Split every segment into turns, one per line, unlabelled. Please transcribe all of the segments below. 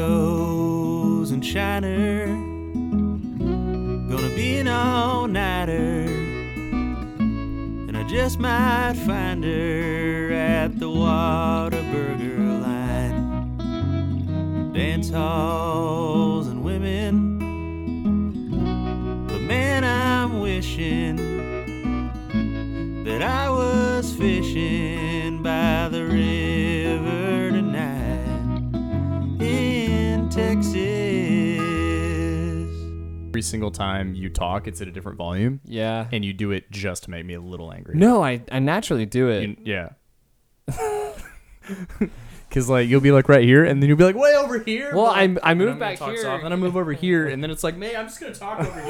Tito's and Shiner. Gonna be an all nighter. And I just might find her at the Whataburger line. Dance halls and women. But man, I'm wishing that I was fishing by the river tonight in Texas.
Every single time you talk, it's at a different volume,
Yeah.
and you do it just to make me a little angry.
No, I, I naturally do it.
You- yeah. Because like you'll be like right here, and then you'll be like way over here.
well,
but, like,
I, I
and
move
I'm gonna
back
talk
here.
soft, then I move over here, and then it's like, man, I'm just gonna talk over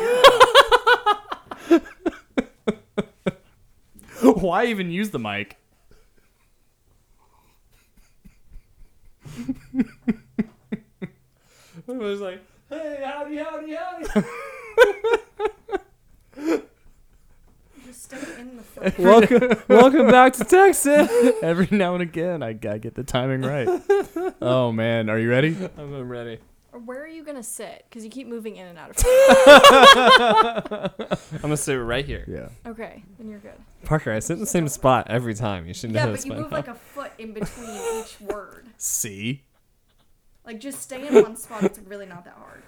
here. Why even use the mic?
I was like, hey, howdy, howdy, howdy.
Just stay in the front.
welcome, welcome back to Texas.
Every now and again, I, I get the timing right. oh man, are you ready?
I'm I'm ready.
Or where are you gonna sit? Because you keep moving in and out of.
I'm gonna sit right here.
Yeah.
okay, then you're good.
Parker, I sit in the same spot every time. You should know
Yeah,
this
but you
by
move
now.
like a foot in between each word.
See,
Like just stay in one spot. It's really not that hard.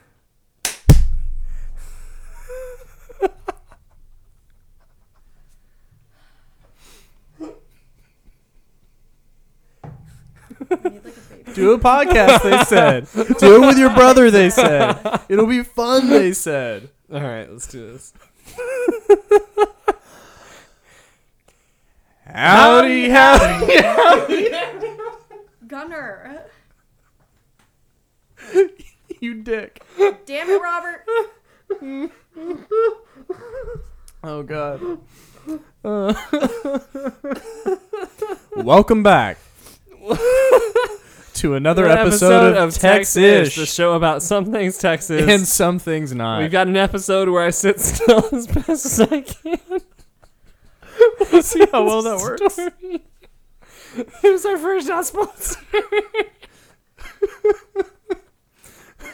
I need like a baby.
do a podcast. They said. Do it with your brother. They said. It'll be fun. They said.
All right, let's do this.
Howdy, howdy.
Gunner,
you dick.
damn it, Robert.
Oh god. Uh. Welcome back to another
Another
episode, of Texas,
the show about some things Texas.
and some things not.
We've got an episode where I sit still as best as I can.
see how well that works.
Story. it was our first not sponsor.
What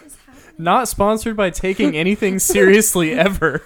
is happening?
Not sponsored by taking anything seriously ever.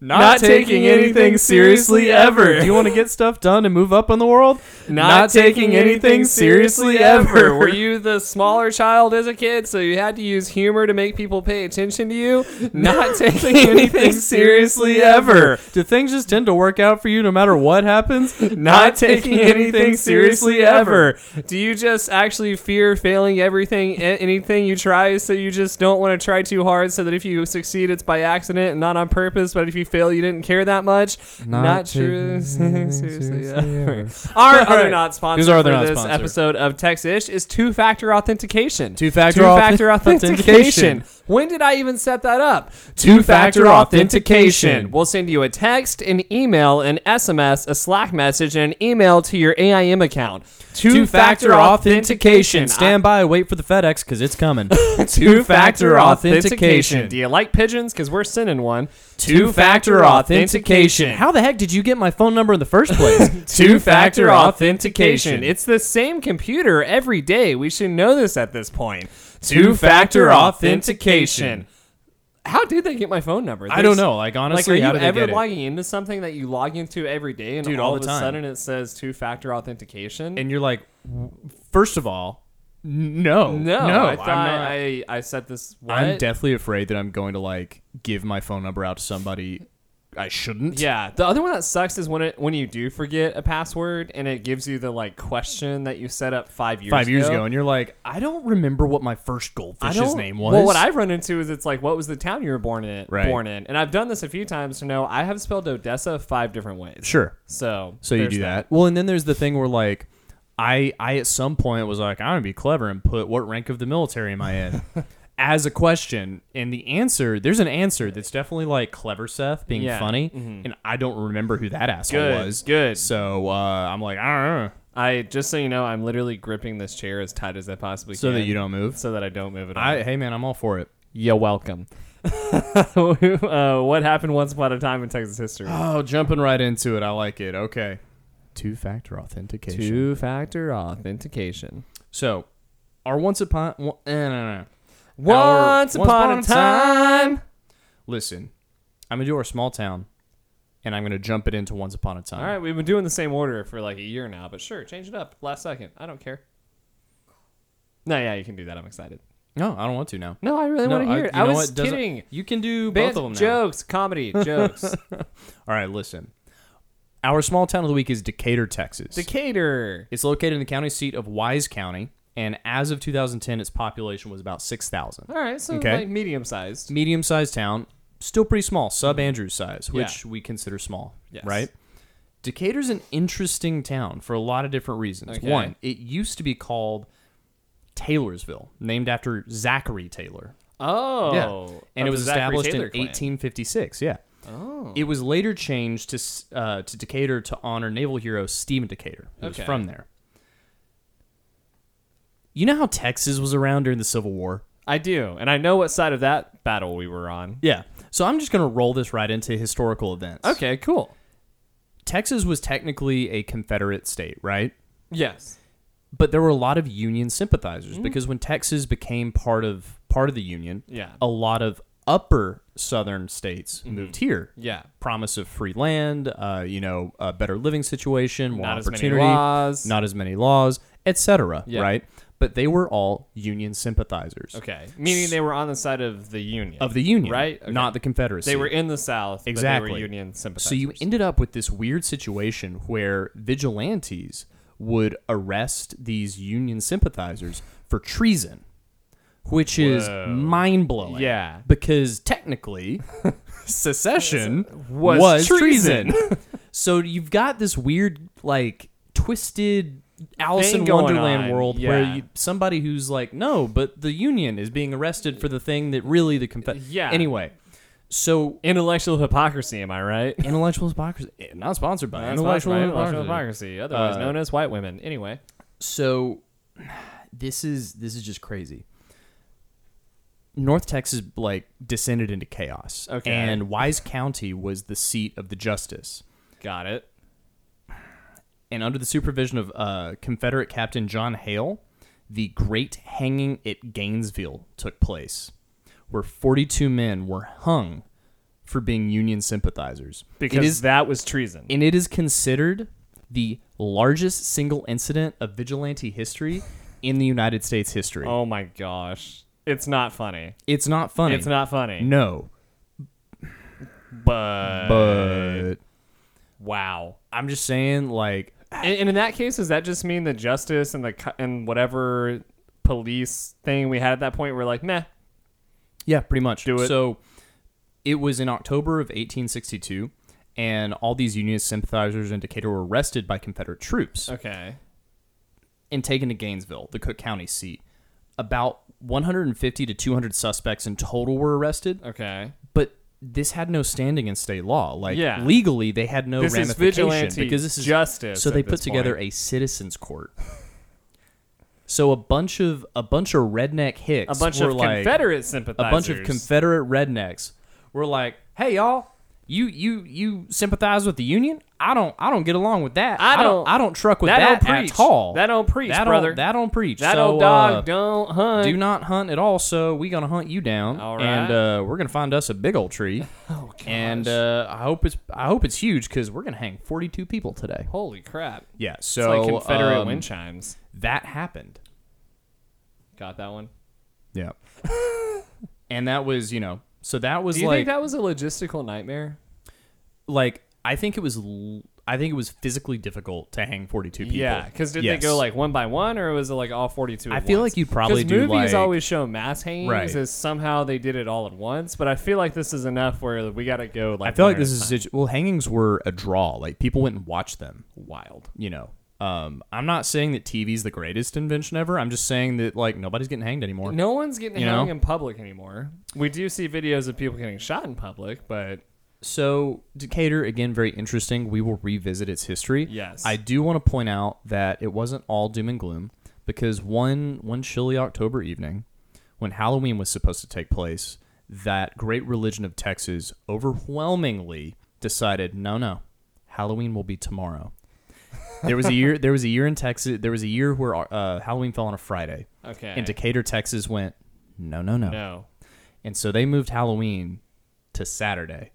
Not,
Not
taking,
taking
anything
anything
seriously
seriously
ever.
ever.
Do you want to get stuff done and move up on the world? Not taking anything seriously ever.
Were you the smaller child as a kid, so you had to use humor to make people pay attention to you? Not taking anything seriously ever.
Do things just tend to work out for you no matter what happens?
Not taking anything seriously ever. Do you just actually fear failing everything, a- anything you try, so you just don't want to try too hard, so that if you succeed, it's by accident and not on purpose, but if you fail, you didn't care that much? Not, true. Seriously, ever. Our
All
other
right.
not sponsor
Who's our other
for
not
this
sponsor?
episode of Texish is two-factor authentication.
Two-factor
Two-factor
auth- authentication.
authentication. When did I even set that up?
Two-factor authentication.
We'll send you a text, an email, an SMS, a Slack message, and an email to your AIM account.
Two-factor authentication.
Stamp.
Stand by, wait for the FedEx because it's coming.
Two-factor authentication. Do you like pigeons? Because we're sending one. Two-factor authentication.
How the heck did you get my phone number in the first place?
Two-factor authentication. It's the same computer every day. We should know this at this point. Two-factor authentication. How did they get my phone number?
I don't
There's-
know. Like
Like,
honestly,
are you
how did they
ever
get it?
logging into something that you log into every day, and
Dude,
all,
all
of
the
a
time.
sudden it says two-factor authentication?
And you're like, w- first of all, n- no,
no,
no,
I thought
I'm not.
I, I set this. What?
I'm deathly afraid that I'm going to like give my phone number out to somebody I shouldn't.
Yeah, the other one that sucks is when it when you do forget a password and it gives you the like question that you set up five years
Five years
ago.
ago, and you're like, I don't remember what my first goldfish's
don't-
name was.
Well, what I've run into is it's like, what was the town you were born in?
Right.
Born in, and I've done this a few times to know I have spelled Odessa five different ways.
sure.
So,
So you
there's
do that. Well, and then there's the thing where like I I at some point was like I'm gonna be clever and put what rank of the military am I in as a question, and the answer there's an answer that's definitely like clever Seth being
Yeah. Mm-hmm.
funny, and I don't remember who that asshole
Good,
was.
good.
So uh, I'm like I don't know,
I just so you know, I'm literally gripping this chair as tight as I possibly
so
can,
that you don't move.
so that I don't move it.
I hey man, I'm all for it.
You're welcome. uh, what happened once upon a time in Texas history?
Oh, jumping right into it, I like it. Okay, two factor authentication.
Two factor authentication.
So Our once upon wa- eh, no, no, no. Our
Once upon a time.
Listen, I'm gonna do our small town, and I'm gonna jump it into once upon a time.
All right, we've been doing the same order for like a year now, but sure, change it up. Last second. I don't care. No, yeah, you can do that. I'm excited.
No, I don't want to now.
No, I really
No,
want to hear it.
you
I
know
was
what? Doesn't-
kidding.
You can do
Band-
both of them now.
jokes, comedy, jokes.
All right, listen. Our small town of the week is Decatur, Texas.
Decatur.
It's located in the county seat of Wise County, and as of 2010, its population was about 6,000.
All right, so
Okay.
like medium sized.
Medium sized town, still pretty small, sub Andrews size, which
Mm-hmm. Yeah.
we consider small,
Yes.
right? Decatur's an interesting town for a lot of different reasons.
Okay.
One, it used to be called Taylorsville, named after Zachary Taylor.
Oh,
And it
of
was
the Zachary
established in
Taylor clan.
1856. Yeah.
Oh,
It was later changed to s- uh, to Decatur to honor naval hero Stephen Decatur, who was
Okay.
from there. You know how Texas was around during the Civil War?
I do, and I know what side of that battle we were on.
Yeah. So I'm just going to roll this right into historical events.
Okay, cool.
Texas was technically a Confederate state, right?
Yes.
But there were a lot of Union sympathizers
Mm.
because when Texas became part of part of the Union,
Yeah. Mm-hmm.
a lot of upper southern states moved here.
Yeah.
Promise of free land, uh, you know, a better living situation, more
Not as many
opportunity,
laws.
not as many laws, etc.
Yeah.
Right? But they were all Union sympathizers
Okay. Meaning they were on the side of the Union.
of the Union,
Right? Okay.
Not the Confederacy.
They were in the South.
Exactly.
But they were Union sympathizers.
So you ended up with this weird situation where vigilantes would arrest these Union sympathizers for treason, which is
Whoa.
mind blowing.
Yeah.
Because technically, secession was,
Was
treason.
treason.
so you've got this weird, like, twisted. Alice
Thing
in
going
Wonderland
on,
world where
yeah.
you, somebody who's like, no, but the Union is being arrested for the thing that really the Confed.
Yeah.
Anyway, so
intellectual hypocrisy, am I right?
intellectual hypocrisy. eh, Not sponsored by intellectual,
Intellectual, intellectual
hypocrisy.
hypocrisy, otherwise
Uh,
known as white women. Anyway,
So this is this is just crazy. North Texas like descended into chaos.
Okay.
And Wise County was the seat of the justice.
got it.
And under the supervision of uh, Confederate Captain John Hale, the Great Hanging at Gainesville took place, where 42 men were hung for being Union sympathizers. It
Because
is
that was treason.
and it is considered the largest single incident of vigilante history in the United States history.
oh my gosh, it's not funny.
It's not funny.
It's not funny.
No,
Mm. but,
but
wow.
I'm just saying, like,
And, and in that case, does that just mean the justice and the co- and whatever police thing we had at that point were like, meh,
yeah, pretty much.
Do it.
So it was in October of 1862, and all these Union sympathizers in Decatur were arrested by Confederate troops.
okay,
and taken to Gainesville, the Cook County seat. About 150 to 200 suspects in total were arrested.
okay,
but this had no standing in state law. Like
Yeah.
legally, they had no
This is
ramification
vigilante
because this is
justice
So
at
they
this
put together a citizens' court. So a bunch of a bunch of redneck hicks,
a bunch
were
of
like,
Confederate
a
sympathizers,
bunch of Confederate rednecks were like, "Hey y'all, you you you sympathize with the Union? I don't I don't get along with that.
I
don't
don't-
I don't truck with
that
that,
don't preach.
at all.
That don't preach,
that
brother.
Don't, that don't preach.
that
So,
old dog
uh,
don't hunt.
do not hunt at all, so we gonna hunt you down.
All
And
right.
uh, we're gonna find us a big old tree. oh And uh, I hope it's I hope it's huge because we're gonna hang forty two people today.
Holy crap!
Yeah.
It's
So
like Confederate
um,
wind chimes.
that happened.
Got that one.
Yeah. and that was you know so that was
Do you
like
think that was a logistical nightmare?
like I think it was l- I think it was physically difficult to hang forty two people.
Yeah, because did
Yes.
they go like one by one, or was it like all forty-two?
I
at
feel
once?
like you'd probably
'Cause
do,
movies
like-
always show mass hangings.
Right.
Is somehow they did it all at once, but I feel like this is enough where we got to go.
I
Like
feel
one
like
at
this
a
is a
time.
situ- well hangings were a draw. Like people went and watched them.
wild.
you know um, i'm not saying that tv's the greatest invention ever i'm just saying that like nobody's getting hanged anymore
No one's getting
You
hung
know?
in public anymore. We do see videos of people getting shot in public, but
so decatur again very interesting we will revisit its history
Yes.
i do want to point out that it wasn't all doom and gloom because one one chilly october evening when halloween was supposed to take place that great religion of texas overwhelmingly decided no no halloween will be tomorrow There was a year. There was a year in Texas. There was a year where uh, Halloween fell on a Friday,
Okay.
and Decatur, Texas, went no, no, no,
no.
and so they moved Halloween to Saturday,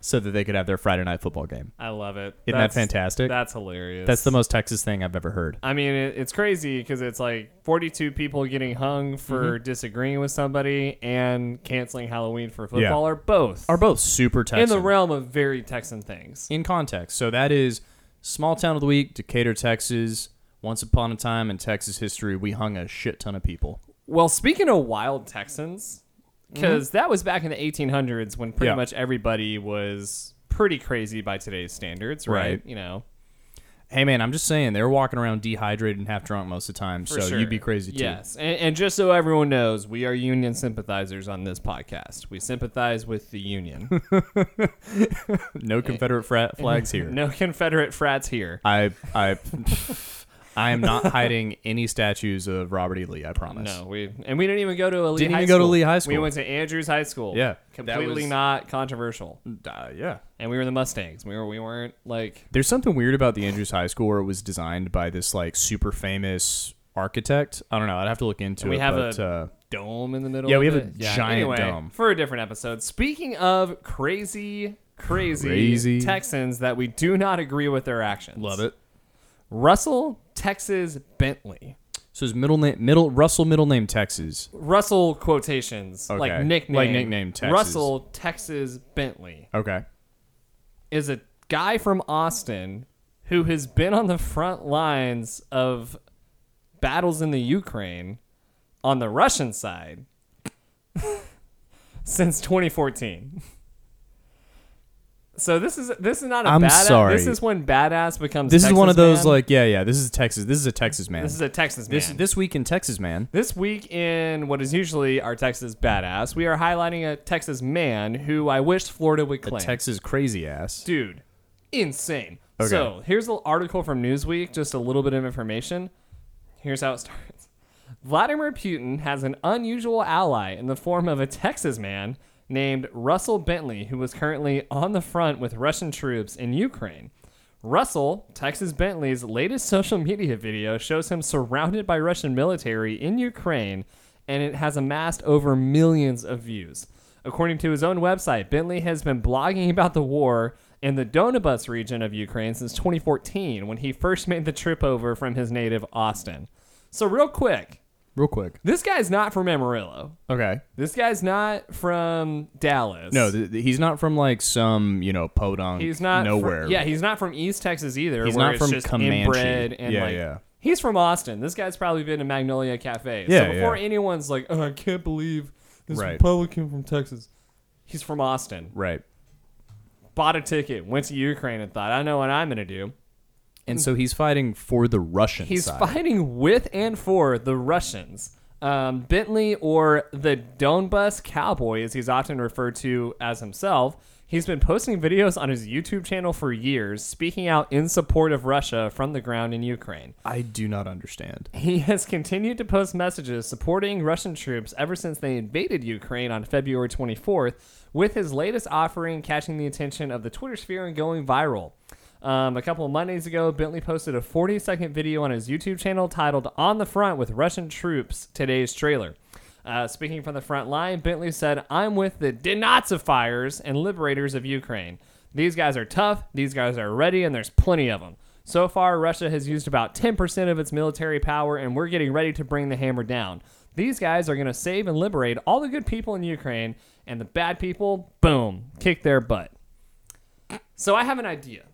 so that they could have their Friday night football game.
I love it.
Isn't that fantastic?
That's hilarious.
That's the most Texas thing I've ever heard.
I mean, it, it's crazy because it's like 42 people getting hung for
Mm-hmm.
disagreeing with somebody and canceling Halloween for football are both
Are both super
in
Texas
the realm of very Texan things.
in context. So that is small town of the week, Decatur, Texas. Once upon a time in Texas history, we hung a shit ton of people.
Well, speaking of wild Texans, because that was back in the 1800s when pretty
Mm-hmm. Yeah.
much everybody was pretty crazy by today's standards, right?
Right.
You know,
Hey man, I'm just saying they're walking around dehydrated and half drunk most of the time,
for
so
sure.
you'd be crazy too.
Yes, and, and just so everyone knows, we are union sympathizers on this podcast. We sympathize with the union.
No Confederate frat flags here.
no Confederate frats here.
I I I am not hiding any statues of Robert E. Lee. I promise.
No, we and we didn't even go to a Lee
Didn't
high
even go to
school.
Lee High School.
We went to Andrews High School.
Yeah, that
completely
was-
not controversial.
Uh, yeah.
And we were the Mustangs. We were we weren't like
There's something weird about the Andrews High School where it was designed by this like super famous architect. I don't know. I'd have to look into
And we
it.
have
but,
a-
uh,
dome in the middle.
Yeah,
of
we have a
it.
giant
anyway,
dome.
for a different episode. Speaking of crazy, crazy,
Crazy.
Texans that we do not agree with their actions.
love it.
Russell Texas Bentley.
So his middle name, middle Russell, middle name Texas.
Russell quotations
Okay.
like
Like
nickname
nickname Texas.
Russell Texas Bentley.
Okay.
is a guy from Austin who has been on the front lines of battles in the Ukraine on the Russian side since 2014. So this is this is not a
I'm
badass.
sorry.
This is when badass becomes.
This is one of
Texas
those
man.
like yeah yeah. This is Texas. This is a Texas man.
This is a Texas man.
this this week in Texas man.
This week in what is usually our Texas badass, we are highlighting a Texas man who I wish Florida would claim.
Texas crazy ass.
dude, insane.
Okay.
So here's an article from Newsweek, just a little bit of information. Here's how it starts. Vladimir Putin has an unusual ally in the form of a Texas man named Russell Bentley, who was currently on the front with Russian troops in Ukraine. Russell, Texas Bentley's latest social media video shows him surrounded by Russian military in Ukraine, and it has amassed over millions of views. According to his own website, Bentley has been blogging about the war in the Donbass region of Ukraine since 2014 when he first made the trip over from his native Austin. So, real quick,
Real quick.
this guy's not from Amarillo.
Okay.
This guy's not from Dallas.
No, th- th- he's not from like some you know podunk.
he's not fr-
nowhere.
yeah, he's not from East Texas either.
He's
where
not
it's
from
just
Comanche.
inbred and
Yeah,
like.
yeah.
He's from Austin. This guy's probably been to Magnolia Cafe.
Yeah,
so before
yeah.
anyone's like, oh, I can't believe this
Right.
Republican from Texas. He's from Austin.
Right.
Bought a ticket, went to Ukraine, and thought, I know what I'm gonna do.
And so he's fighting for the Russian
He's
side.
fighting with and for the Russians. Um, Bentley, or the Donbas Cowboy, as he's often referred to as himself, he's been posting videos on his YouTube channel for years, speaking out in support of Russia from the ground in Ukraine.
I do not understand.
He has continued to post messages supporting Russian troops ever since they invaded Ukraine on February 24th, with his latest offering catching the attention of the Twitter sphere and going viral. Um, a couple of Mondays ago, Bentley posted a 40 second video on his YouTube channel titled On the Front with Russian Troops Today's Trailer. Uh, speaking from the front line, Bentley said, I'm with the denazifiers and liberators of Ukraine. These guys are tough, these guys are ready, and there's plenty of them. So far, Russia has used about 10% of its military power, and we're getting ready to bring the hammer down. These guys are going to save and liberate all the good people in Ukraine, and the bad people, boom, kick their butt. So I have an idea.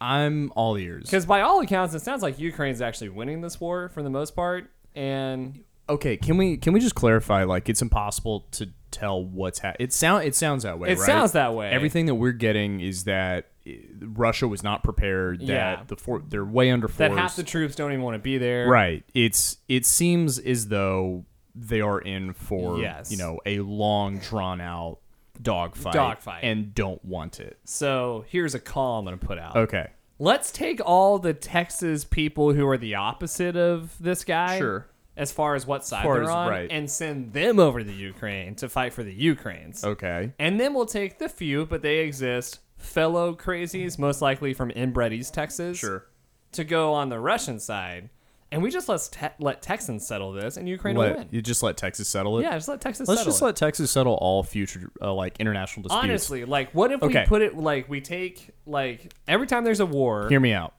I'm all ears.
Because by all accounts, it sounds like Ukraine's actually winning this war for the most part. And
Okay, can we can we just clarify? Like, it's impossible to tell what's happening. It sound it sounds that way.
It
right?
sounds that way.
Everything that we're getting is that uh, Russia was not prepared. That
Yeah.
the for- they're way under
that
force.
half the troops don't even want to be there.
right. It's it seems as though they are in for
Yes.
you know a long drawn out dogfight
Dogfight.
and don't want it.
So here's a call I'm going to put out.
Okay.
Let's take all the Texas people who are the opposite of this guy.
Sure.
As far as what side
far
they're
as-
on,
right.
and send them over to Ukraine to fight for the Ukrainians.
Okay.
And then we'll take the few, but they exist, fellow crazies, most likely from inbred East Texas,
Sure.
to go on the Russian side, and we just let te- let Texans settle this, and Ukraine will
Let,
win.
you just let Texas settle it.
yeah, just let Texas.
Let's
settle
just
it.
let Texas settle all future uh, like international disputes.
Honestly, like, what if
Okay.
we put it like we take like every time there's a war?
hear me out.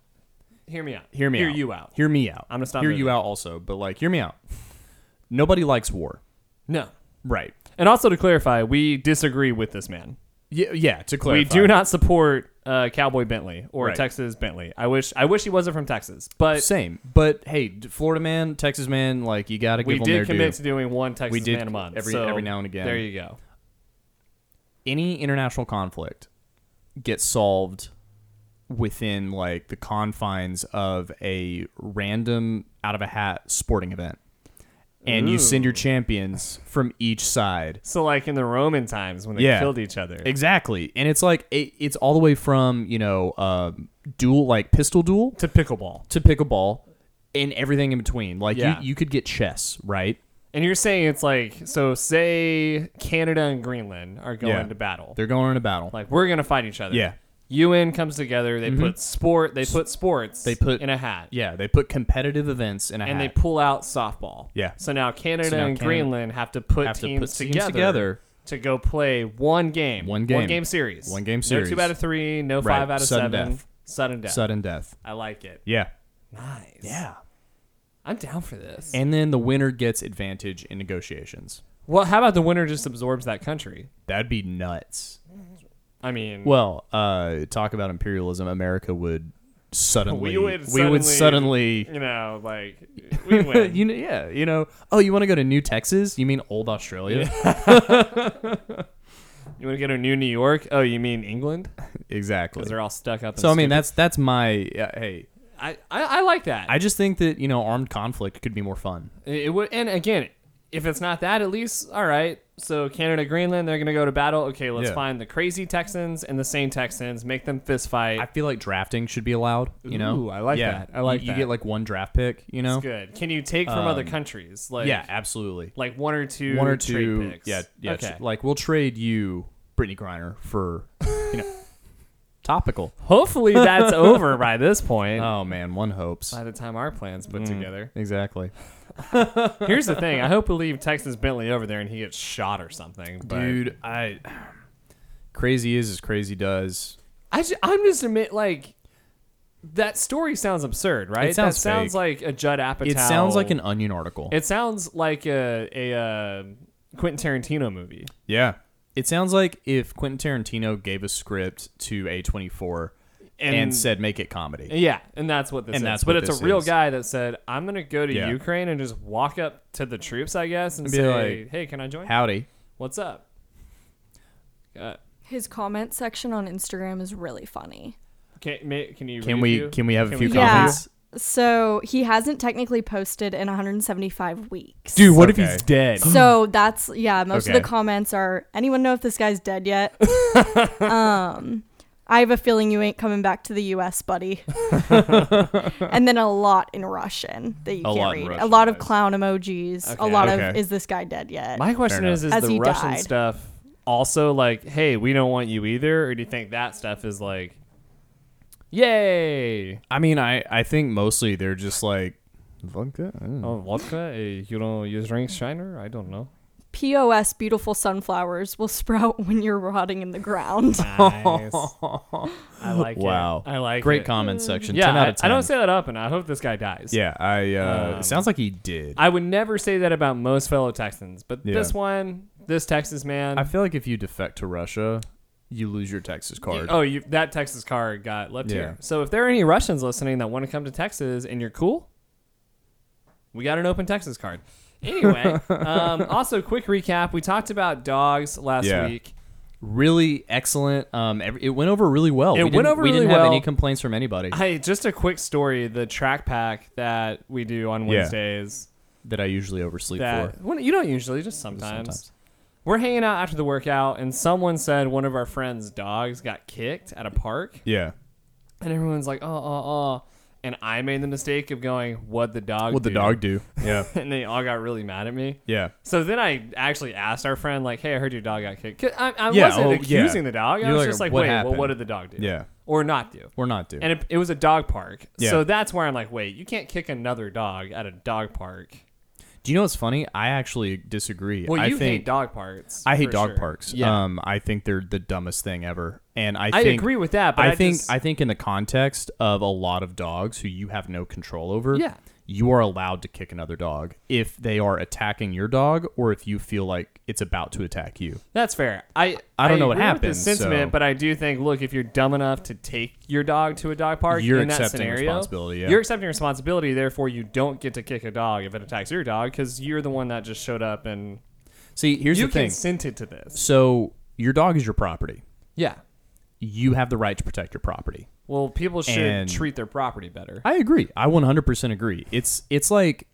hear me out.
Hear me out.
you out.
Hear me out.
I'm gonna stop
Hear
moving.
you out also, but like hear me out. Nobody likes war.
no.
Right.
And also to clarify, we disagree with this man.
Yeah, yeah, to clarify.
We do not support uh, Cowboy Bentley or
Right.
Texas Bentley. I wish I wish he wasn't from Texas, but
Same. But hey, d- Florida man, Texas man, like you got to give
we
them
did
their
commit
due.
to doing one Texas
We did
man a month
every-
so
every now and again.
There you go.
Any international conflict gets solved within like the confines of a random out of a hat sporting event. And you send your champions from each side
So like in the Roman times when they
Yeah.
killed each other,
Exactly, and it's like it, it's all the way from you know um, duel like pistol duel
to pickleball.
to pickleball, and everything in between. Like
Yeah.
you, you could get chess, right?
And you're saying it's like so say Canada and Greenland are going
Yeah.
to battle.
They're going in a battle.
like we're gonna fight each other.
Yeah.
UN comes together. They put sport. They put sports.
Mm-hmm. They put-
in a hat.
yeah, they put competitive events in a
And they
hat.
pull out softball.
Yeah.
So now Canada
So now
and
Canada
Greenland have to put,
have to
teams,
put teams
together
together.
to go play one game.
One game.
One game series.
One game
No
series.
two out of three. No
Right.
five out of
Sudden
seven.
death.
Sudden death.
sudden death.
I like it.
Yeah,
Nice. Yeah. I'm down for this.
and then the winner gets advantage in negotiations.
well, how about the winner just absorbs that country?
That'd be nuts.
I mean,
Well, uh, talk about imperialism. America would suddenly
we would
we
suddenly,
would suddenly
you know, like we win.
you know, yeah, you know. Oh, you want to go to New Texas? You mean old Australia?
You want to go to New New York? Oh, you mean England?
exactly.
Because they're all stuck up.
So I mean,
that
that's that's my uh, hey.
I, I, I like that.
I just think that you know armed conflict could be more fun.
it, it would, and again, if it's not that, at least all right. So Canada, Greenland, they're gonna go to battle. Okay, let's
Yeah.
find the crazy Texans and the sane Texans, make them fist fight.
I feel like drafting should be allowed. You know,
Ooh, I like
Yeah.
that. I like
you,
that.
You get like one draft pick. You know, Um,
It's good. Can you take from other countries? Like
yeah, absolutely.
like one or two,
one or
trade
two.
picks.
Yeah, yeah.
Okay.
tr- Like we'll trade you Brittany Griner for you know topical.
Hopefully that's over by this point.
Oh Mm. man, one hopes.
By the time our plans put together.
Exactly.
Here's the thing. I hope we leave Texas Bentley over there and he gets shot or something. But
Dude, I crazy is as crazy does.
I ju- I'm just admit like that story sounds absurd, right?
It sounds
that sounds like a Judd Apatow.
It sounds like an onion article.
It sounds like a a uh, Quentin Tarantino movie.
yeah. It sounds like if Quentin Tarantino gave a script to A24 and,
And-
said make it comedy.
Yeah, and that's what this
And
is.
that's
but
what
it's
this
a real
is.
guy that said, "I'm gonna go to
Yeah.
Ukraine and just walk up to the troops, I guess, and
And be
say,
like,
hey, can I join?
Howdy.
What's up?'" Uh,
His comment section on Instagram is really funny.
can may, can you
Can
read a
we
few?
can we have a few
we-
Yeah.
comments?
So he hasn't technically posted in 175 weeks.
Dude, what if
Okay.
he's dead?
So that's yeah. Most
Okay.
of the comments are. Anyone know if this guy's dead yet? um, I have a feeling you ain't coming back to the U.S., buddy. and then a lot in Russian that you
A lot
can't
in
read. a
Russian,
lot of
nice.
clown emojis. A
Okay.
lot of
Okay.
is this guy dead yet?
My question
enough.
is: Is
As
the
he
Russian
died.
stuff also like, "Hey, we don't want you either," or do you think that stuff is like, "Yay,
I mean, I I think mostly they're just like vodka. I don't know.
oh, vodka? eh, you don't you drink Shiner? I don't know."
Pos beautiful sunflowers will sprout when you're rotting in the ground.
Nice. I like it.
Wow.
I like
Great
it.
comment section.
Yeah,
10 out
I-
of 10.
I, don't say that often. I hope this guy dies.
Yeah, I uh
Um,
it sounds like he did. I,
I would never say that about most fellow Texans, but
Yeah.
this one, this Texas man.
feel like if you defect to Russia, you lose your Texas card.
Oh, you, that Texas card got left
Yeah.
here. So if there are any Russians listening that want to come to Texas and you're cool, we got an open Texas card. Anyway, um, also quick recap: we talked about dogs last
Yeah.
week.
really excellent. Um, every, it went over really well.
It
we
went
didn't-
over
We
really
didn't have
well.
any complaints from anybody
Hey, just a quick story: the track pack that we do
Yeah.
on Wednesdays.
that I usually oversleep
that
for.
well, you don't usually, just sometimes.
sometimes.
We're hanging out after the workout, and someone said one of our friends' dogs got kicked at a park.
Yeah,
and everyone's like, oh, oh, oh. and I made the mistake of going, "What the dog?
What the
do?"
dog do? Yeah,
And they all got really mad at me.
yeah.
So then I actually asked our friend, like, "Hey, I heard your dog got kicked." 'Cause I, I
Yeah,
wasn't
oh, yeah.
accusing the dog. I
You're
was
like,
just like,
"What
"Wait,
happened?"
well, what did the dog do?
Yeah.
or not do?"
We're not due.
And it, it was a dog park.
Yeah.
So that's where I'm like, "Wait, you can't kick another dog at a dog park."
do you know what's funny? I actually disagree.
Well,
I
you
think
hate dog parks.
I hate
for
dog
sure.
parks.
Yeah,
Um, I think they're the dumbest thing ever, and I
I
think,
agree with that, but
I,
I
think
just-
I think in the context of a lot of dogs who you have no control over,
Yeah.
you are allowed to kick another dog if they are attacking your dog or if you feel like it's about to attack you.
that's fair. I
I don't know what
agree with the
happened,
sentiment,
so-
but I do think, look, if you're dumb enough to take your dog to a dog park,
You're
in that
accepting
scenario,
responsibility, yeah.
You're accepting responsibility. Therefore, you don't get to kick a dog if it attacks your dog because you're the one that just showed up and
See, here's
you
the thing.
consented to this.
so your dog is your property.
Yeah.
You have the right to protect your property.
Well, people should
And-
treat their property better.
I agree. I 100% agree. It's it's like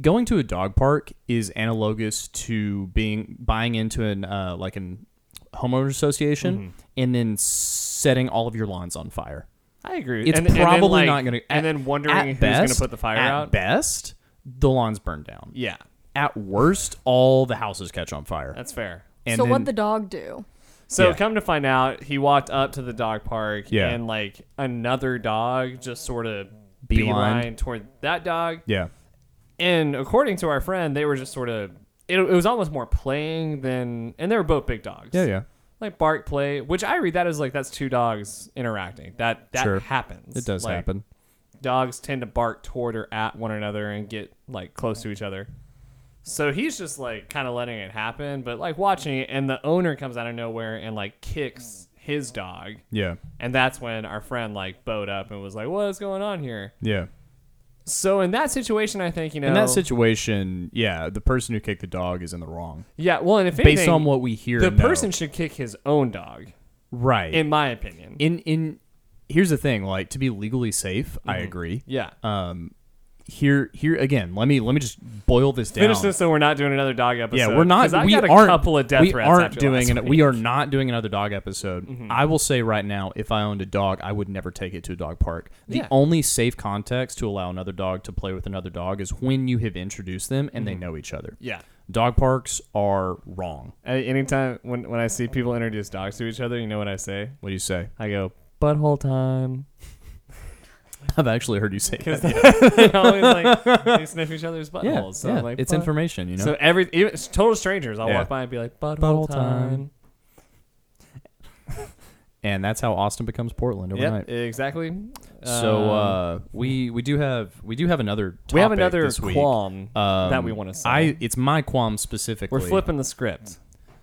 going to a dog park is analogous to being buying into an uh, like an homeowners association
Mm-hmm.
and then setting all of your lawns on fire.
I agree.
It's
And- and then,
probably
like-
not going to.
And then wondering who's going to put the fire
at
out.
Best, the lawn's burned down.
Yeah,
At worst, all the houses catch on fire.
that's fair.
And
so
then-
what'd the dog do?
So
Yeah.
come to find out, he walked up to the dog park,
Yeah.
and like another dog just sort of
Beelined.
beeline toward that dog.
Yeah.
And according to our friend, they were just sort of. It, it was almost more playing than, and they were both big dogs.
Yeah. Yeah.
Like bark play, which I read that as like that's two dogs interacting. That that
Sure.
happens.
It does
Like,
happen.
Dogs tend to bark toward or at one another and get like close to each other. So he's just like kind of letting it happen, but like watching it, and the owner comes out of nowhere and like kicks his dog.
Yeah.
And that's when our friend like bowed up and was like, "What is going on here?"
Yeah.
So in that situation, I think you know
In that situation, yeah, the person who kicked the dog is in the wrong.
Yeah, well, and if
Based
anything,
on what we hear,
the
no.
person should kick his own dog,
right?
in my opinion.
in in here's the thing like to be legally safe i agree
Mm-hmm. yeah,
um here here again let me let me just boil this down
finish this, so we're not doing another dog episode.
yeah we're not
'cause I've
we
got a
aren't
couple of death
we
threats
aren't
after
doing
last
an,
week. Mm-hmm.
we are not doing another dog episode i will say right now if i owned a dog i would never take it to a dog park the
Yeah.
only safe context to allow another dog to play with another dog is when you have introduced them and they
Mm-hmm.
know each other
Yeah,
dog parks are wrong
A- anytime when when I see people introduce dogs to each other, you know what I say?
what do you say
I go butthole time
i've actually heard you say that.
because they always like they sniff each other's buttholes.
yeah,
so
yeah.
I'm like,
it's
"Butt-"
information you know
So every even it's total strangers, I'll
Yeah.
walk by and be like
Butthole
butthole, time.
time. and that's how austin becomes portland
Yep,
overnight
exactly.
So
Um,
uh, we we do have we do have another topic
we have another
this week.
qualm
Um,
that we want to say.
I it's my qualm specifically.
We're flipping the script.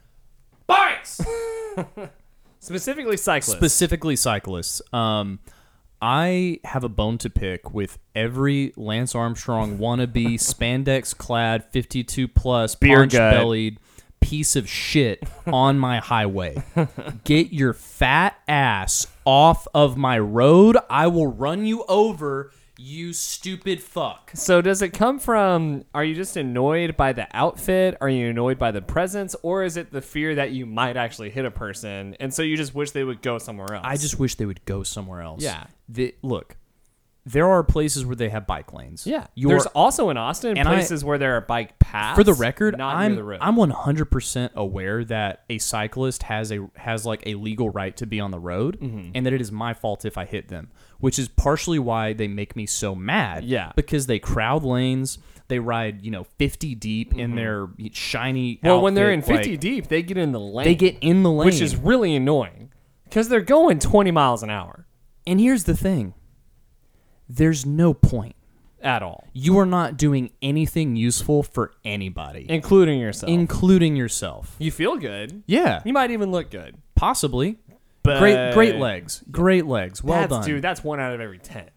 Bikes! Specifically cyclists.
specifically cyclists. Um, I have a bone to pick with every Lance Armstrong wannabe spandex clad fifty two plus
Beer
punch
gut.
bellied piece of shit on my highway. Get your fat ass off of my road. I will run you over. You stupid fuck.
so does it come from are you just annoyed by the outfit? Are you annoyed by the presence? Or is it the fear that you might actually hit a person and so you just wish they would go somewhere else?
I just wish they would go somewhere else.
Yeah.
The, look, there are places where they have bike lanes.
Yeah.
You're,
There's also in Austin
And I-
places where there are bike paths.
for the record,
not
I'm
near the road.
I'm 100% aware that a cyclist has a has like a legal right to be on the road
Mm-hmm.
and that it is my fault if I hit them, which is partially why they make me so mad.
Yeah.
Because they crowd lanes, they ride, you know, 50 deep in their shiny
Mm-hmm. well, when they're in
outfit,
50
like,
deep, they get in the lane.
they get in the lane.
which is really annoying because they're going 20 miles an hour
and here's the thing. There's no point
at all,
you are not doing anything useful for anybody,
including yourself.
including yourself.
you feel good.
Yeah,
You might even look good.
possibly.
But
great, great legs, great legs. Well
that's,
done,
dude. That's one out of every ten.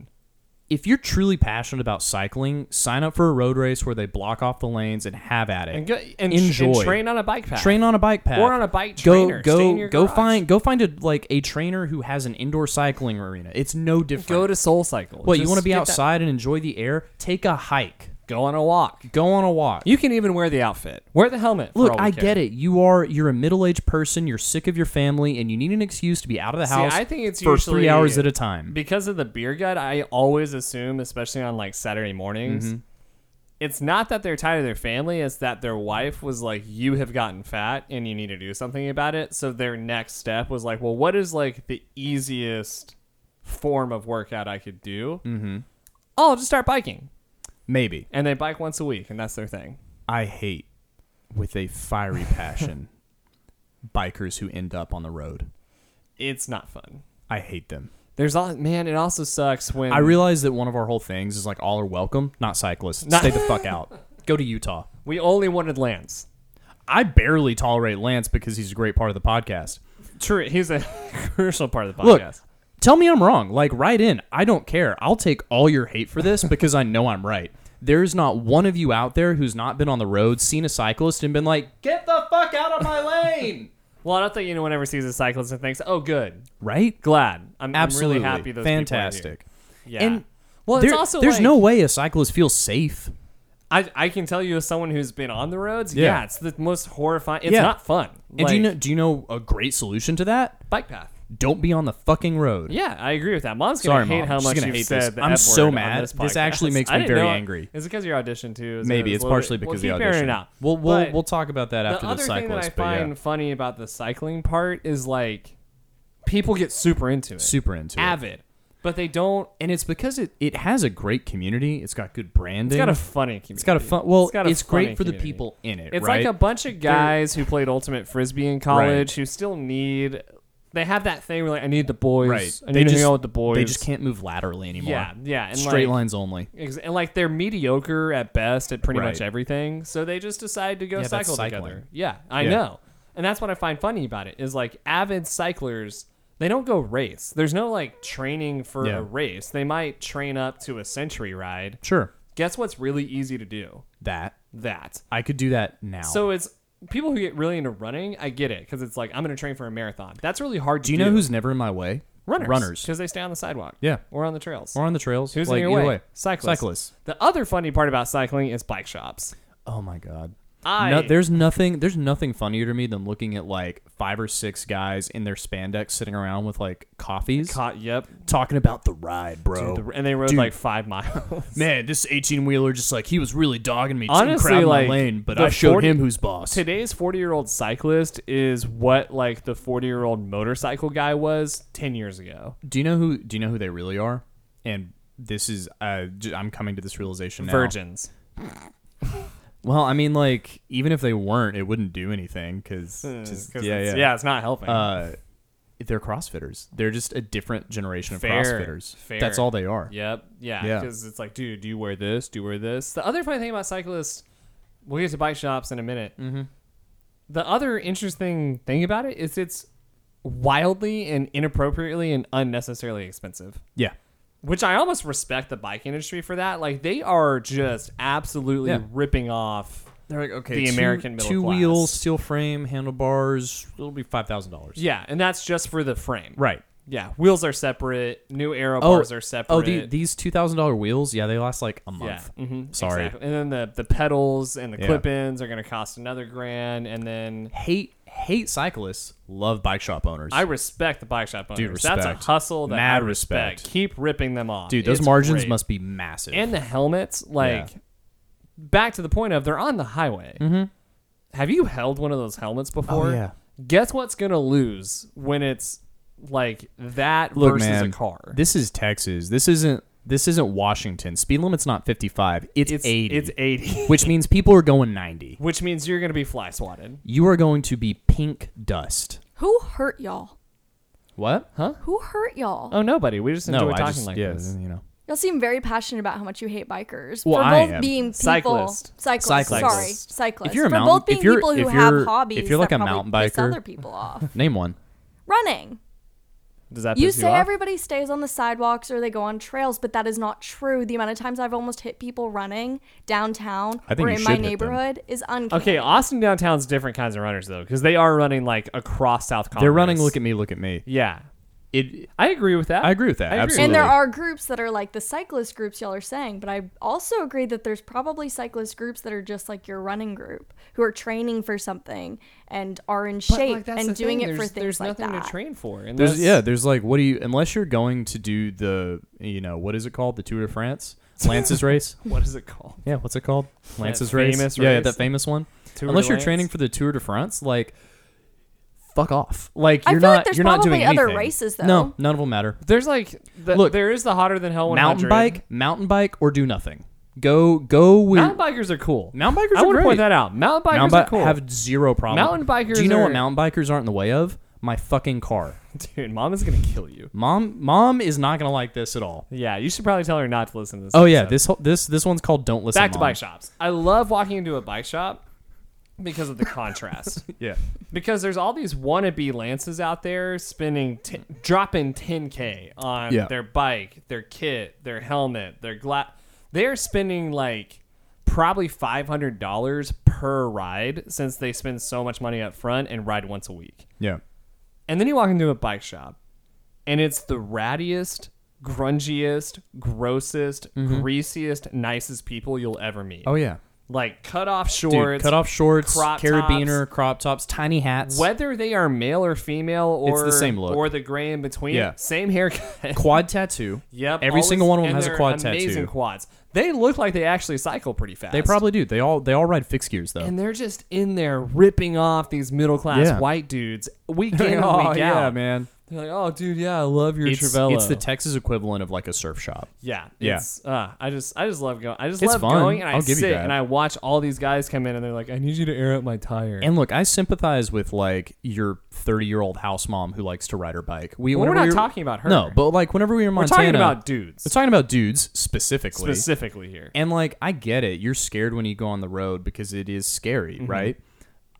If you're truly passionate about cycling, sign up for a road race where they block off the lanes and have at it.
And go, and,
Enjoy.
and train on a bike path.
Train on a bike path
Or on a bike trainer.
Go, go,
Stay in your
go
garage.
find, go find a like a trainer who has an indoor cycling arena. It's no different.
Go to Soul Cycle.
What you want to be outside and enjoy the air? Take a hike.
Go on a walk.
Go on a walk.
You can even wear the outfit. Wear the helmet.
Look, I get it. You are you're a middle aged person. You're sick of your family, and you need an excuse to be out of the
See,
house.
I think it's
for
usually-
three hours at a time.
Because of the beer gut, I always assume, especially on like Saturday mornings, it's not that they're tired of their family, it's that their wife was like, You have gotten fat and you need to do something about it. So their next step was like, Well, what is like the easiest form of workout I could do? Mm-hmm. Oh, I'll just start biking.
Maybe
And they bike once a week, and that's their thing.
I hate with a fiery passion bikers who end up on the road.
It's not fun.
I hate them.
There's all man, it also sucks when
I realize that one of our whole things is like all are welcome, not cyclists.
Not-
Stay the fuck out. Go to Utah.
we only wanted Lance.
I barely tolerate Lance because he's a great part of the podcast.
True, he's a crucial part of the podcast.
Look, tell me I'm wrong. Like, write in. I don't care. I'll take all your hate for this because I know I'm right. There's not one of you out there who's not been on the road, seen a cyclist, and been like, get the fuck out of my lane.
Well, I don't think anyone ever sees a cyclist and thinks, "Oh, good,
right?
glad." I'm I'm
Absolutely.
really happy. Those people are here."
Fantastic.
Yeah.
And
well,
There- there's no way a cyclist feels safe.
I, I can tell you as someone who's been on the roads. Yeah,
Yeah.
it's the most horrifying. It's
Yeah.
not fun.
And do you know do you know a great solution to that?
bike path?
Don't be on the fucking road.
Yeah, I agree with that. Mom's gonna
Sorry,
hate
Mom.
how
She's
much
gonna
you've
hate
said.
this.
the
I'm
F
so
word on
mad.
This,
This
podcast.
actually makes
I
me
didn't
very
know-
angry.
Is it because your audition too? Is
Maybe
it-
it's
well,
partially
we'll
because
keep
the
airing it
audition.
out.
We'll we'll
But
we'll talk about that after the,
other
cyclist.
thing that I
but yeah,
find funny about the cycling part is like people get super into it,
super into it.
avid, but they don't.
and it's because it, it has a great community. It's got good branding.
It's got a funny community.
it's got a fun. Well, it's,
got a funny
great for the
community.
people in it.
It's
right?
like a bunch of guys who played ultimate frisbee in college who still need. They have that thing where like I need the boys.
right.
I need to hang out with the boys.
They just can't move laterally anymore.
Yeah, yeah, and
Straight
like-
lines only.
Ex- And like they're mediocre at best at pretty much
Right.
everything, so they just decide to go
Yeah, that's
cycle
cycling.
together. Yeah, I
Yeah.
know, and that's what I find funny about it is like avid cyclers. They don't go race. There's no like training for
Yeah.
a race. They might train up to a century ride.
Sure.
Guess what's really easy to do?
That
That.
I could do that now.
So it's people who get really into running. I get it because it's like I'm going to train for a marathon. That's really hard. to
do you know who's never in my way?
runners?
Runners.
because they stay on the sidewalk.
Yeah.
or on the trails.
Or on the trails.
who's
like
in your
either
way?
way.
Cyclists.
Cyclists.
The other funny part about cycling is bike shops.
Oh my god.
I-
No, there's nothing. There's nothing funnier to me than looking at like five or six guys in their spandex sitting around with like coffees,
Caught. Yep.
talking about the ride, bro.
The- and they rode
Oh, Dude.
like five miles.
Man, this 18 wheeler just like he was really dogging me.
Honestly,
Honestly, crowd
like,
my lane, but
the
I showed
40
him who's boss.
Today's 40 year old cyclist is what like the 40 year old motorcycle guy was 10 years ago.
Do you know who? Do you know who they really are? And this is uh, j- I'm coming to this realization now.
Virgins.
Well, I mean, like even if they weren't, it wouldn't do anything because
Just-
just
Hmm, 'cause
yeah,
it's-
yeah,
It's not helping.
Uh, they're CrossFitters. They're just a different generation of
Fair,
CrossFitters.
fair.
That's all they are.
Yep. Yeah.
Yeah.
Because it's like, dude, do you wear this? Do you wear this? The other funny thing about cyclists, we'll get to bike shops in a minute. Mm-hmm. The other interesting thing about it is it's wildly and inappropriately and unnecessarily expensive,
Yeah.
which I almost respect the bike industry for that. Like, they are just absolutely
Yeah.
ripping off.
They're like okay,
The
two-
American middle
two
class.
wheels, steel frame, handlebars. It'll be five thousand dollars.
Yeah. And that's just for the frame.
Right.
Yeah. Wheels are separate. New aero bars are separate.
Oh, the, these two thousand dollar wheels, yeah, they last like a month.
Yeah. mhm,
Sorry,
exactly. And then the the pedals and the
Yeah.
clip ins are going to cost another grand. And then
hate hate cyclists, love bike shop owners.
I respect the bike shop owners.
Dude,
That's
respect.
a hustle. That
Mad
I respect.
respect.
Keep ripping them off,
Dude, those
It's
margins
great.
must be massive.
and the helmets. Like
Yeah.
back to the point of they're on the highway. Have you held one of those helmets before?
Mm-hmm. Oh, yeah.
Guess what's going to lose when it's like that
Look,
versus
man,
a car.
This is Texas. This isn't this isn't Washington. Speed limit's not fifty five. It's,
it's
eighty.
It's eighty,
which means people are going ninety.
which means you're going to be fly swatted.
You are going to be pink dust.
Who hurt y'all?
What? Huh?
Who hurt y'all?
Oh, nobody. We just enjoy
No, I
talking
just
like
yeah,
this.
you know.
Y'all seem very passionate about how much you hate bikers.
Well,
for
I
both
am.
being people,
Cyclist.
cyclists,
Cyclist.
sorry, cyclists.
If you're a
for
mountain-
both being
if you're-
people who
if you're-
have hobbies,
if you're like
that
a
probably
mountain
piss
biker-
other people off.
Name one.
Running.
Does that
You
piss
say
off?
everybody stays on the sidewalks or they go on trails, but that is not true. The amount of times I've almost hit people running downtown
I think
or
you
in my
should hit them.
neighborhood is uncanny.
Okay, Austin downtown's different kinds of runners though, because they are running like across South Congress.
They're running. Look at me. Look at me.
yeah,
it.
I agree with that.
I agree with that.
I agree.
Absolutely.
And there are groups that are like the cyclist groups y'all are saying, but I also agree that there's probably cyclist groups that are just like your running group who are training for something and are in
But, like,
shape
that's
and
the
doing
thing.
it for
There's-
things
There's
like
nothing
that.
to train for.
There's
unless-
yeah, there's like what do you unless you're going to do the you know what is it called the Tour de France Lance's race
What is it called?
yeah what's it called Lance's
famous
yeah, yeah
race.
that famous one
Tour
unless
de
you're
Lance.
training for the Tour de France like fuck off like
I
you're
feel
not
like there's
you're not doing
probably other
anything.
races,
no
though.
none of them matter
There's like the,
Look,
there is the hotter than hell 100.
mountain bike mountain bike or do nothing go go with
Mountain bikers are cool.
Mountain bikers
I
are
want to
great.
point that out. Mountain bikers
mountain
are cool.
have zero problem
Mountain bikers
do you know
are-
what mountain bikers aren't in the way of my fucking car
Dude, mom is gonna kill you.
mom mom is not gonna like this at all
Yeah, you should probably tell her not to listen to this.
oh yeah
episode.
this whole, this this one's called don't listen
back to
Mom.
bike shops. I love walking into a bike shop because of the contrast.
yeah.
because there's all these wannabe lances out there spending t- dropping 10k on
Yeah.
their bike their kit their helmet their glass they're spending like probably $500 per ride since they spend so much money up front and ride once a week
Yeah.
and then you walk into a bike shop and it's the rattiest grungiest grossest greasiest nicest people you'll ever meet
Mm-hmm. Oh yeah.
like cut off
Dude,
shorts
cut off shorts,
crop
carabiner, crop tops, tiny hats,
whether they are male or female or
It's the same look.
or the gray in between
Yeah.
same haircut
quad tattoo.
yep
Every
always-
single one of them
and
has a
they're
quad
amazing
tattoo.
quads they look like they actually cycle pretty fast
They probably do. They all they all ride fixed gears though.
and they're just in there ripping off these middle class
Yeah. Oh,
white dudes week in and week out
man.
they're like oh dude yeah i love your
It's,
Trevella.
it's the Texas equivalent of like a surf shop.
yeah
Yeah.
it's, uh, i just i just love going i just
It's
love
fun.
going and i
I'll give
sit
you that.
and i watch all these guys come in and they're like i need you to air up my tire
And look, I sympathize with like your 30 year old house mom who likes to ride her bike. We,
Well, we're
whenever
not
we were-
talking about her.
No, but like whenever we were in
we're
Montana,
talking about dudes
we're talking about dudes specifically.
specifically here
And like I get it, you're scared when you go on the road because it is scary,
Mm-hmm.
right?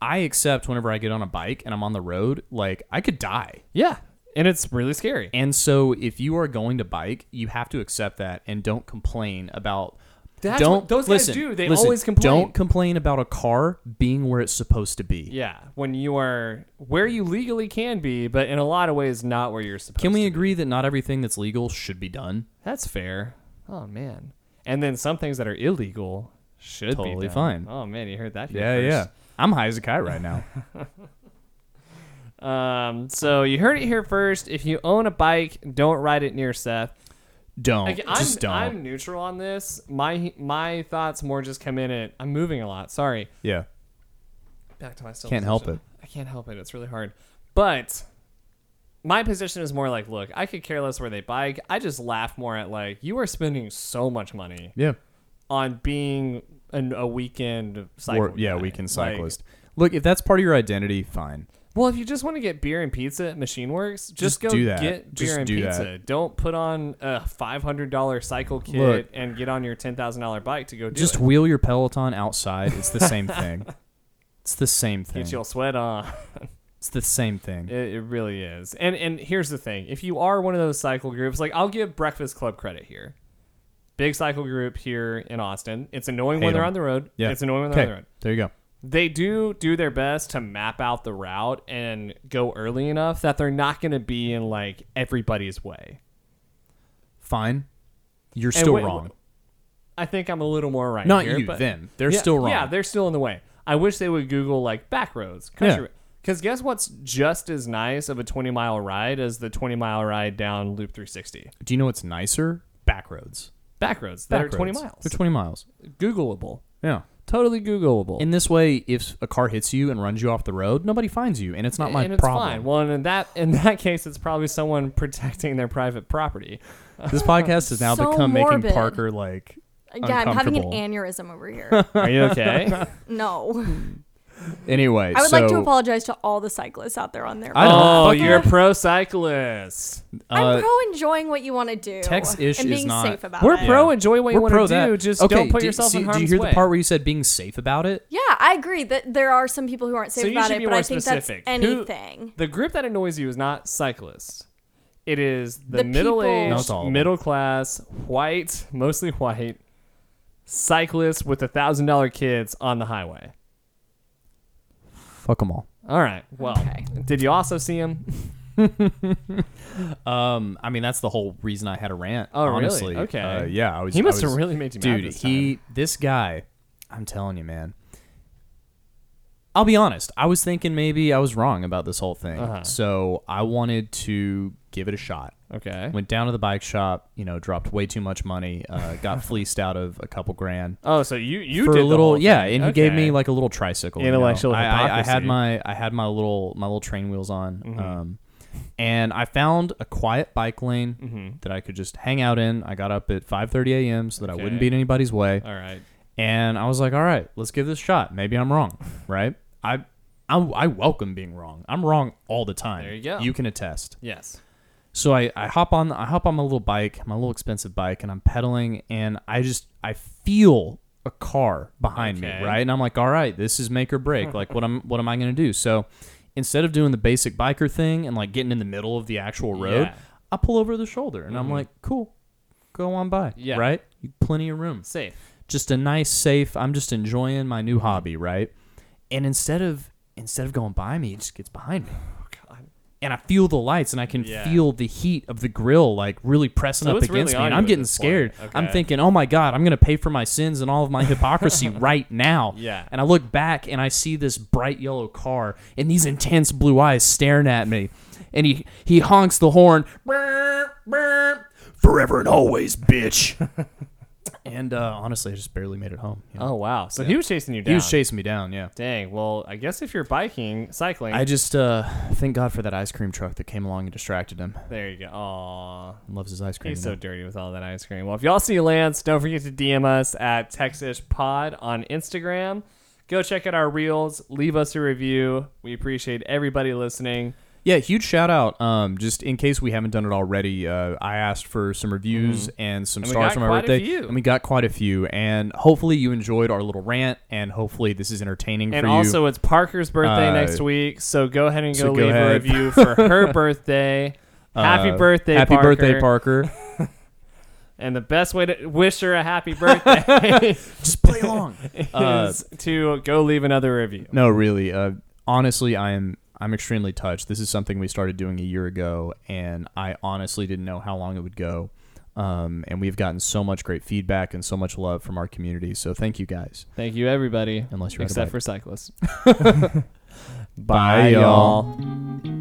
I accept whenever I get on a bike and I'm on the road, like I could die.
yeah and it's really scary
And so if you are going to bike, you have to accept that and don't complain about
That's
don't
what those guys
listen,
do. They
listen,
always complain.
Don't complain about a car being where it's supposed to be.
Yeah, when you are where you legally can be, but in a lot of ways not where you're supposed.
Can we
to
agree that not everything that's legal should be done?
Be. That's fair. Oh man. And then some things that are illegal should be
Totally
done.
fine.
Oh man, you heard that. Here
Yeah, yeah.
first.
I'm high as a kite right now.
yeah. Um, so you heard it here first. If you own a bike, don't ride it near Seth.
don't
Like, I'm,
Oh, just don't.
I'm neutral on this. My my thoughts more just come in at I'm moving a lot. Sorry.
yeah,
back to my still
Can't help
position. I can't help it. It's really hard. But my position is more like, look, I could care less where they bike. I just laugh more at like you are spending so much money
yeah.
on being an, a weekend
Or,
cyclist.
yeah, weekend cyclist. Look, if that's part of your identity, fine.
well, if you just want to get beer and pizza at Machine Works, just,
Just
go
do that.
get beer
Just
and
do
pizza.
that.
Don't put on a five hundred dollar cycle kit
Look.
and get on your ten thousand dollar bike to go do
Just
it.
wheel your Peloton outside. It's the same thing. It's the same thing.
Get your sweat on.
It's the same thing.
It, it really is. And and here's the thing: if you are one of those cycle groups, like I'll give Breakfast Club credit here. Big cycle group here in Austin. It's annoying when
Hate
they're
'em.
on the road.
yeah.
It's annoying when they're on
Okay,
the road.
There you go.
They do do their best to map out the route and go early enough that they're not going to be in like everybody's way.
Fine. You're still
wait-
wrong.
I think I'm a little more right.
Not
here,
you,
but-
them. They're
Yeah,
still wrong.
Yeah, they're still in the way. I wish they would Google like back roads,
Yeah.
country. Because guess what's just as nice of a 20 mile ride as the 20 mile ride down Loop 360?
Do you know what's nicer? Back roads.
Back roads that
Back
are 20
roads.
miles.
They're 20 miles.
Googleable.
Yeah.
Totally Googleable.
In this way, if a car hits you and runs you off the road, nobody finds you, and it's not my
and it's
problem.
fine. Well, and in that in that case, it's probably someone protecting their private property.
this podcast has now
So
become
morbid.
making Parker like.
Uh, Yeah, I'm having an
uncomfortable.
aneurysm over here.
Are you okay?
no.
Anyway,
I would like to
so,
apologize to all the cyclists out there on their
I don't
oh,
fucking-
you're a pro cyclist.
I'm
uh,
pro enjoying what you want to do.
Text-ish
and
is
being
not-
safe about
We're
it.
pro. Enjoy what you
We're
want
pro
to
that.
do. Just
okay,
don't put
do-
yourself
see-
in
Do
harm's
you hear
way.
the part where you said being safe about it?
Yeah, I agree that there are some people who aren't safe
so you
about
should
it,
be
but
more
I think
specific.
that's
Who-
anything.
the group that annoys you is not cyclists. It is the,
The
middle
people- No,
it's all of
aged,
them.
middle class, white, mostly white cyclist with a thousand dollar kids on the highway.
Fuck them all.
All right. Well,
Okay.
did you also see him?
Um, I mean that's the whole reason I had a rant.
Oh, really?
honestly.
Okay.
Uh, yeah, I was.
He
I
must
was-
have really made you mad
dude.
this
He, this guy, I'm telling you, man. I'll be honest. I was thinking maybe I was wrong about this whole thing,
Uh-huh.
so I wanted to give it a shot.
Okay.
Went down to the bike shop, you know, dropped way too much money, uh, got fleeced out of a couple grand.
Oh, so you you
for
did
a
the
little
whole
yeah,
thing.
and he gave me
Okay.
like a little tricycle. you know.
Intellectual
I, I, I had
hypocrisy. Mm-hmm.
my I had my little my little train wheels on, um, and I found a quiet bike lane
Mm-hmm.
that I could just hang out in. I got up at 5:30 a.m. so that I
Okay. Uh,
wouldn't be in anybody's way,
All right.
and I was like, all right, let's give this a shot. Maybe I'm wrong, right? I I, I welcome being wrong. I'm wrong all the time.
There you go.
You can attest.
Yes.
So I, I hop on I hop on my little bike, my little expensive bike, and I'm pedaling, and I just I feel a car behind
Okay.
me, right? And I'm like, all right, this is make or break. like, what am what am I gonna do? So instead of doing the basic biker thing and like getting in the middle of the actual road,
Yeah. Mm-hmm.
I pull over to the shoulder, and I'm like, cool, go on by,
Yeah.
right? You plenty of room
Safe.
just a nice safe i'm just enjoying my new hobby right and instead of instead of going by me it just gets behind me and i feel the lights and i can
Yeah.
feel the heat of the grill like really pressing
So
up
it's
against
really
me and
on you
i'm
at
getting
this
scared
point.
i'm
Okay.
thinking oh my god i'm gonna pay for my sins and all of my hypocrisy right now
Yeah.
and i look back and i see this bright yellow car and these intense blue eyes staring at me and he he honks the horn "Brrr, brrr, forever and always bitch and uh, honestly, I just barely made it home. you know.
Oh wow. So he was chasing you down.
he was chasing me down. Yeah,
Dang. Well, I guess if you're biking, cycling,
I just uh, thank God for that ice cream truck that came along and distracted him.
there you go. Aw.
Loves his ice cream.
He's
you
so
know.
dirty with all that ice cream. Well, if y'all see Lance, don't forget to DM us at Texas Pod on Instagram. Go check out our reels. Leave us a review. We appreciate everybody listening.
yeah, huge shout out. Um, just in case we haven't done it already, uh, I asked for some reviews and some
Mm-hmm. And we
stars
got
for my
quite a
birthday,
few.
and we got quite a few. And hopefully, you enjoyed our little rant, and hopefully, this is entertaining
And
for you.
also, it's Parker's birthday
Uh,
next week, so go ahead and go
so go
leave a
ahead.
review for her birthday. Happy
Uh,
birthday,
happy
Parker.
birthday, Parker!
And the best way to wish her a happy birthday
just play along. Uh,
is to go leave another review.
No, really. Uh, honestly, I am I'm extremely touched. This is something we started doing a year ago, and I honestly didn't know how long it would go. Um, and we've gotten so much great feedback and so much love from our community. So thank you guys.
Thank you, everybody.
Unless you're
except
except
for cyclists.
Bye, y'all.
y'all.